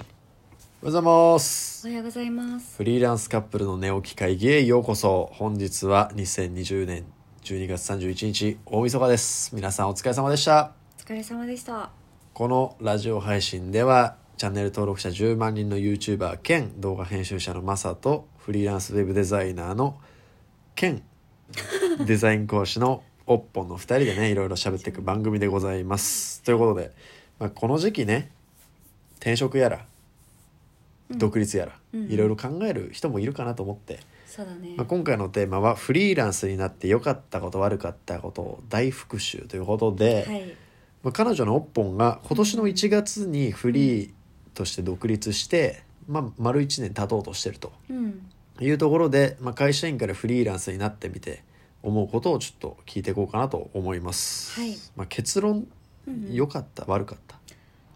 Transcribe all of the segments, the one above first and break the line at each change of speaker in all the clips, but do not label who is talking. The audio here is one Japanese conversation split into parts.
おはようございます
おはようございます
フリーランスカップルの寝起き会議へようこそ本日は2020年12月31日大晦日です皆さんお疲れ様でした
お疲れ様でした
このラジオ配信ではチャンネル登録者10万人の YouTuber 兼動画編集者のマサとフリーランスウェブデザイナーの 兼デザイン講師のおっぽんの2人でねいろいろ喋っていく番組でございます。ということで、まあ、この時期ね転職やら独立やら、
うん
いろいろ考える人もいるかなと思って、
そうだね
まあ、今回のテーマはフリーランスになって良かったこと悪かったことを大復習ということで。
はい
まあ、彼女のオッポンが今年の1月にフリーとして独立して、まあ、丸1年経とうとしてると
うん
いうところで、まあ、会社員からフリーランスになってみて思うことをちょっと聞いていこうかなと思います、
はい
まあ、結論
うんうん
良かった悪かった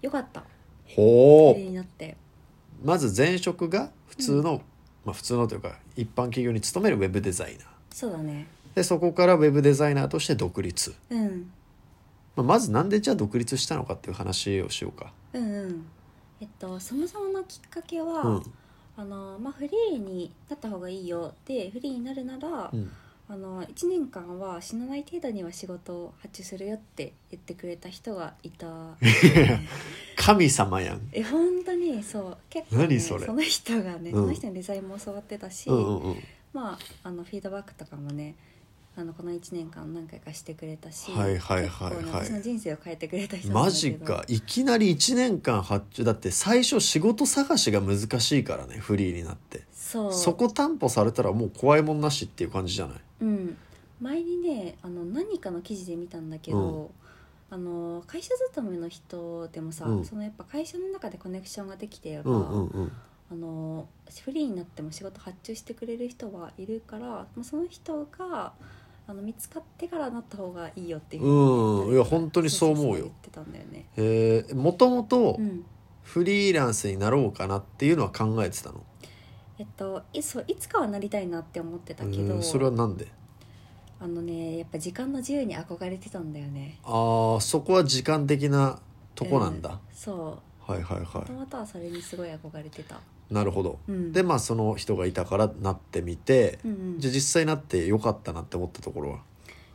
よかった
ほ
フリー
う
になって
まず前職が普通の、まあ、普通のというか一般企業に勤めるウェブデザイナー
そうだね
でそこからウェブデザイナーとして独立、
うん
まあ、まずなんでじゃあ独立したのかっていう話をしようか
うんうんえっとそもそものきっかけは、
うん
あのまあフリーになった方がいいよでフリーになるなら、
うん
あの1年間は死なない程度には仕事を発注するよって言ってくれた人がいた
神様やん
え本当にそう結構、ね、
何それ
の人がね、
うん
その人のデザインも教わってたし、
うんうんうん
まあ、あのフィードバックとかもねあのこの1年間何回かしてくれたし、
はいはいはいはい
結構ね私の人生を変えてくれた人なん
マ
だけ
ジ
ど
かいきなり1年間発注だって最初仕事探しが難しいからねフリーになって
そう
そこ担保されたらもう怖いもんなしっていう感じじゃない
うん、前にねあの何かの記事で見たんだけど、あの会社勤めの人でもさ、
うん
そのやっぱ会社の中でコネクションができてれば、
うんうんうん
あのフリーになっても仕事発注してくれる人はいるからもうその人があの見つかってからなった方がいいよっていうふう
う
に
んいや本当にそう思うよ
言ってたんだよね。
えー、もともと
うん
フリーランスになろうかなっていうのは考えてたの
えっと、いそういつかはなりたいなって思ってたけ
う
ど
んそれはなんで
あのねやっぱ時間の自由に憧れてたんだよね
ああそこは時間的なとこなんだ、
そ
はいはいう
も
は
ともとはそれにすごい憧れてた、
いなるほど
うん、
でまあその人がいたからなってみて、
うんうん、
じゃあ実際なってよかったなって思ったところは、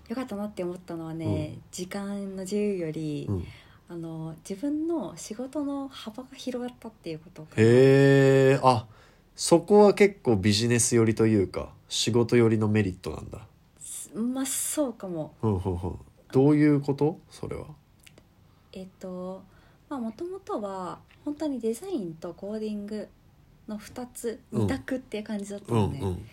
よかったなって思ったのはね、
うん
時間の自由より、
うん、
あの自分の仕事の幅が広がったっていうことか
へ
な
えあそこは結構ビジネス寄りというか仕事寄りのメリットなんだ
すまあそうかも
ふんふんふんどういうことそれは
えっとまあもともとは本当にデザインとコーディングの2つ
うん
2択っていう感じだった
うん
のね、
うん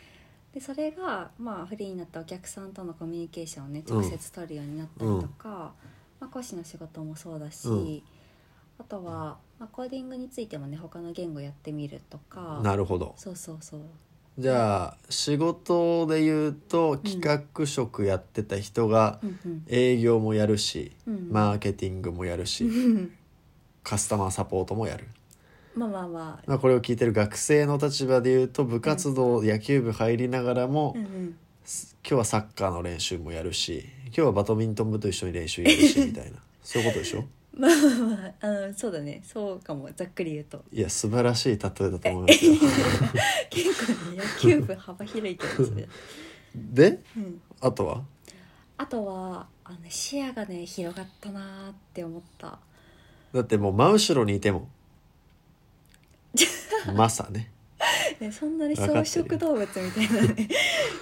でそれが、まあ、フリーになったお客さんとのコミュニケーションをね直接取るようになったりとか、まあ、講師の仕事もそうだし、
うん
あとは、まあ、コーディングについてもね他の言語やってみるとか
なるほど
そうそうそう
じゃあ仕事で言うと企画職やってた人が
うんうん
営業もやるし、
うん
マーケティングもやるし、カスタマーサポートもやる
まあまあまあ
まあこれを聞いてる学生の立場で言うと部活動、野球部入りながらも、
うんうん
今日はサッカーの練習もやるし今日はバドミントン部と一緒に練習やるしみ たいなそういうことでしょ
まあ まあまああのそうだねそうかもざっくり言うと
いや素晴らしい例えだと思います よ
結構ね野球部幅広いけど それ、
で
うん、
あとは
あとはあの視野がね広がったなーって思った
だってもう真後ろにいてもまさね
ね、そんなに
わかってる
草食動物みたいなね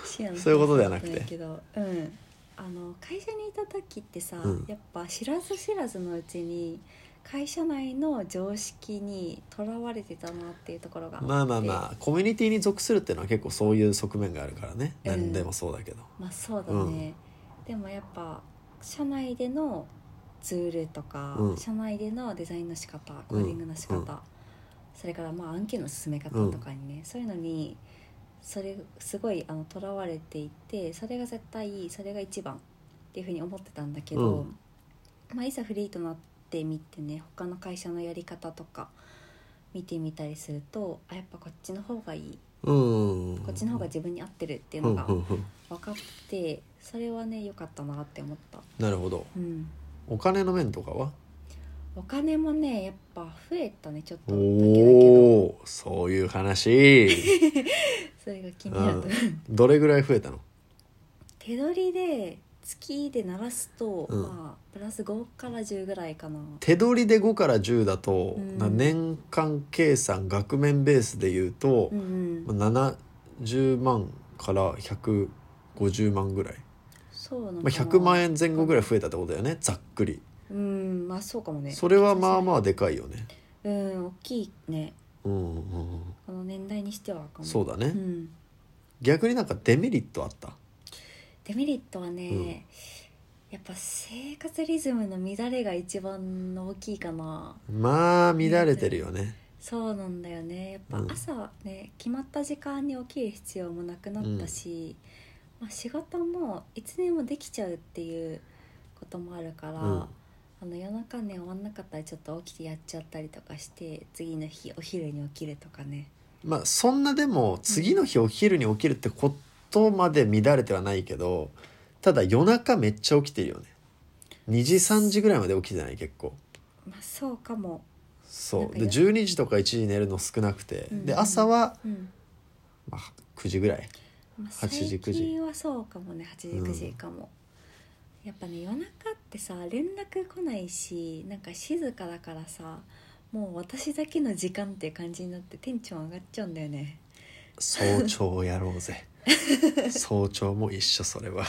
視野の
そういうことではなくて
ないけど、うん、あの会社にいた時ってさ、
うん
やっぱ知らず知らずのうちに会社内の常識にとらわれてたなっていうところがあって
まあまあまあコミュニティに属するっていうのは結構そういう側面があるからね
うん
何でもそうだけど、
まあそうだね、でもやっぱ社内でのツールとか、
うん
社内でのデザインの仕方コーディングの仕方、
うん
それからまあ案件の進め方とかにね、そういうのにそれすごいあのとらわれていてそれが絶対それが一番っていうふうに思ってたんだけど、
う
まあ、いざフリーとなってみてね他の会社のやり方とか見てみたりするとあやっぱこっちの方がいい
うん
こっちの方が自分に合ってるっていうのが
うんうんうん
分かってそれはね良かったなって思った、
なるほど
うん、
お金の面とかは
おお金もねやっぱ増えたねちょっと
お
だけだけど
おーそういう 話
それが気になる、
うどれぐらい増えたの
手取りで月で鳴らすと、
うん
まあ、プラス5から10ぐらいかな
手取りで5から10だと、
うん
な年間計算額面ベースで言うと
う、ん、うん、
まあ70万から150万ぐらい、
そうなの
まあ、100万
円
円前後ぐらい増えたってことだよねざっくり
うんまあそうかもね
それはまあまあでかいよね
うん大きいね
うんうんうん
この年代にしてはかも
そうだね、
うん、
逆になんかデメリットあった
デメリットはね、やっぱ生活リズムの乱れが一番大きいかな
まあ乱れてるよね
そうなんだよねやっ
うん
ぱ朝ね、決まった時間に起きる必要もなくなったし、まあ、仕事もいつでもできちゃうっていうこともあるから、
うん
あの夜中ね終わんなかったらちょっと起きてやっちゃったりとかして次の日お昼に起きるとかね
まあそんなでも次の日お昼に起きるってことまで乱れてはないけどただ夜中めっちゃ起きてるよね2時3時ぐらいまで起きてない結構
まあそうかも、
そうで
なんかよ
12時とか1時寝るの少なくて、
うん
で朝は、
うん
まあ、9時ぐらい
まあ、
8時
最
9時
近はそうかもね8時
うん
9時かも、やっぱね夜中ってさ連絡来ないしなんか静かだからさもう私だけの時間っていう感じになってテンション上がっちゃうんだよね
早朝やろうぜ早朝も一緒それは、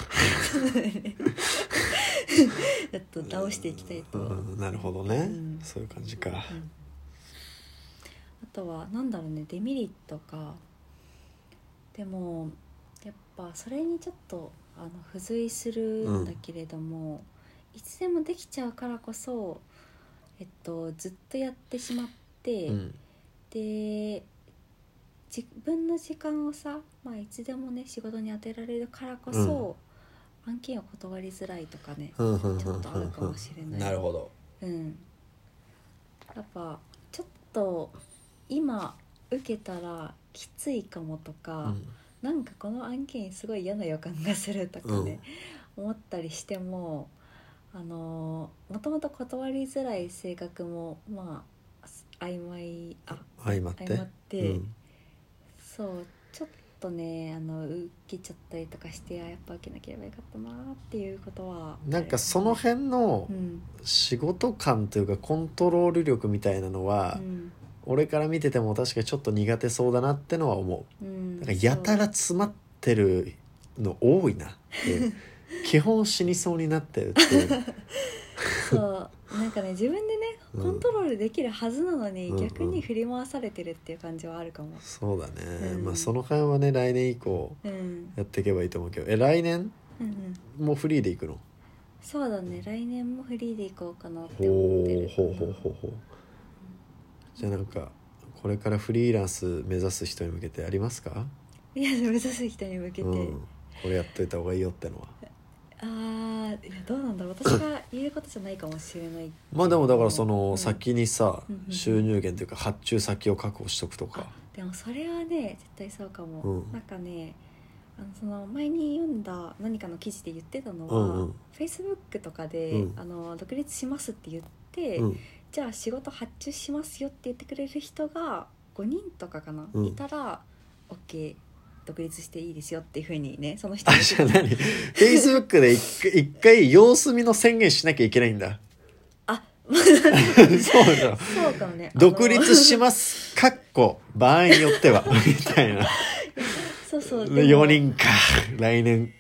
ちょっと倒していきたいと、
うん、なるほどね、
うん
そういう感じか、
うんあとはなんだろうねデメリットかでもやっぱそれにちょっとあの付随するんだけれども、いつでもできちゃうからこそ、えっと、ずっとやってしまって、
うん
で自分の時間をさ、まあ、いつでもね仕事に当てられるからこそ、案件を断りづらいとかね、
うんうんうん
ちょっとあるかもしれない
なるほど
うん、やっぱちょっと今受けたらきついかもと
う
か、
ん
なんかこの案件すごい嫌な予感がするとかね、思ったりしてもあのもともと断りづらい性格もまあ曖昧あ
相まって
相まって、
うん
そうちょっとねあの受けちゃったりとかしてあやっぱ受けなければよかったなっていうことは
なんかその辺の
うん
仕事感というかコントロール力みたいなの
う
は、
ん
俺から見てても確かにちょっと苦手そうだなってのは思
う
うんなんかやたら詰まってるの多いなっていう 基本死にそうになってるっていう
そうなんかね自分でね
うん
コントロールできるはずなのに、
うんうん
逆に振り回されてるっていう感じはあるかも
そうだね、
うん
まあその辺はね来年以降
うん、うん
やっていけばいいと思うけどえ来年
うん、
もフリーで行くの
そうだね来年もフリーで行こうかなって思
ほ
って
う
る
ほうほうほうほうじゃあなんかこれからフリーランス目指す人に向けてありますか、
いや目指す人に向け
う
て、
ん、これやっといた方がいいよってのは
あーいやどうなんだろう私が言えることじゃないかもしれない
まあでもだからそ
うん
の先にさ
うんうん
収入源というか発注先を確保しとくとか
でもそれはね絶対そうかも、
うん
なんかねあのその前に読んだ何かの記事で言ってたの
うんう
は
ん
フェイスブックとかで、
うん
あの独立しますって言って、
うん
じゃあ仕事発注しますよって言ってくれる人が5人とかかな、
うん
いたら OK 独立していいですよっていうふうにねその人
あ
に
じゃあ何 Facebook で一回一回様子見の宣言しなきゃいけないんだ
あ
そうじゃん
そうかもね
独立し
す
ますかっこ場合によってはみたいな
そうそうでも
4人か来年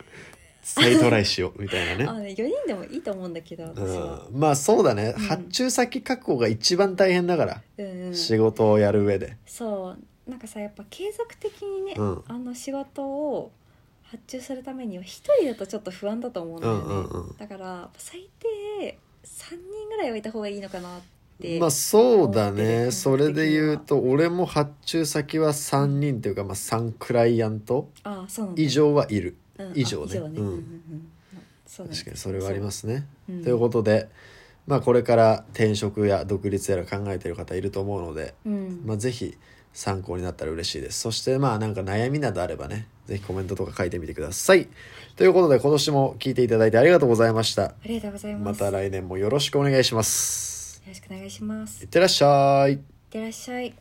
再トライしようみたい
あ
な
の
ね
ね4人でもいいと思うんだけど私は、
うんまあそうだね
うん
発注先確保が一番大変だから
うんうん、
仕事をやる上で
そうなんかさやっぱ継続的にね、
うん
あの仕事を発注するためには一人だとちょっと不安だと思うんだよ
う
ね、
んうんうん
だから最低3人ぐらいはいた方がいいのかなって
まあそうだ
思って
ね
る
それで言うと俺も発注先は3人というか、まあ、3クライアント
あそうなんだ
以上はいる
うんあ
以上ね
以上ね、
うん
うんうんうんそうだね
確かにそれはありますね。
そううん
ということで、まあ、これから転職や独立やら考えてる方いると思うので、
うん
まあ、ぜひ参考になったら嬉しいですそしてまあなんか悩みなどあればねぜひコメントとか書いてみてください。ということで今年も聞いていただいてありがとうございました。
ありがとうございま
ますた来年もよろしくお願いします。ろしくお願いします
い
い
ってらっしゃい
ってらっしゃい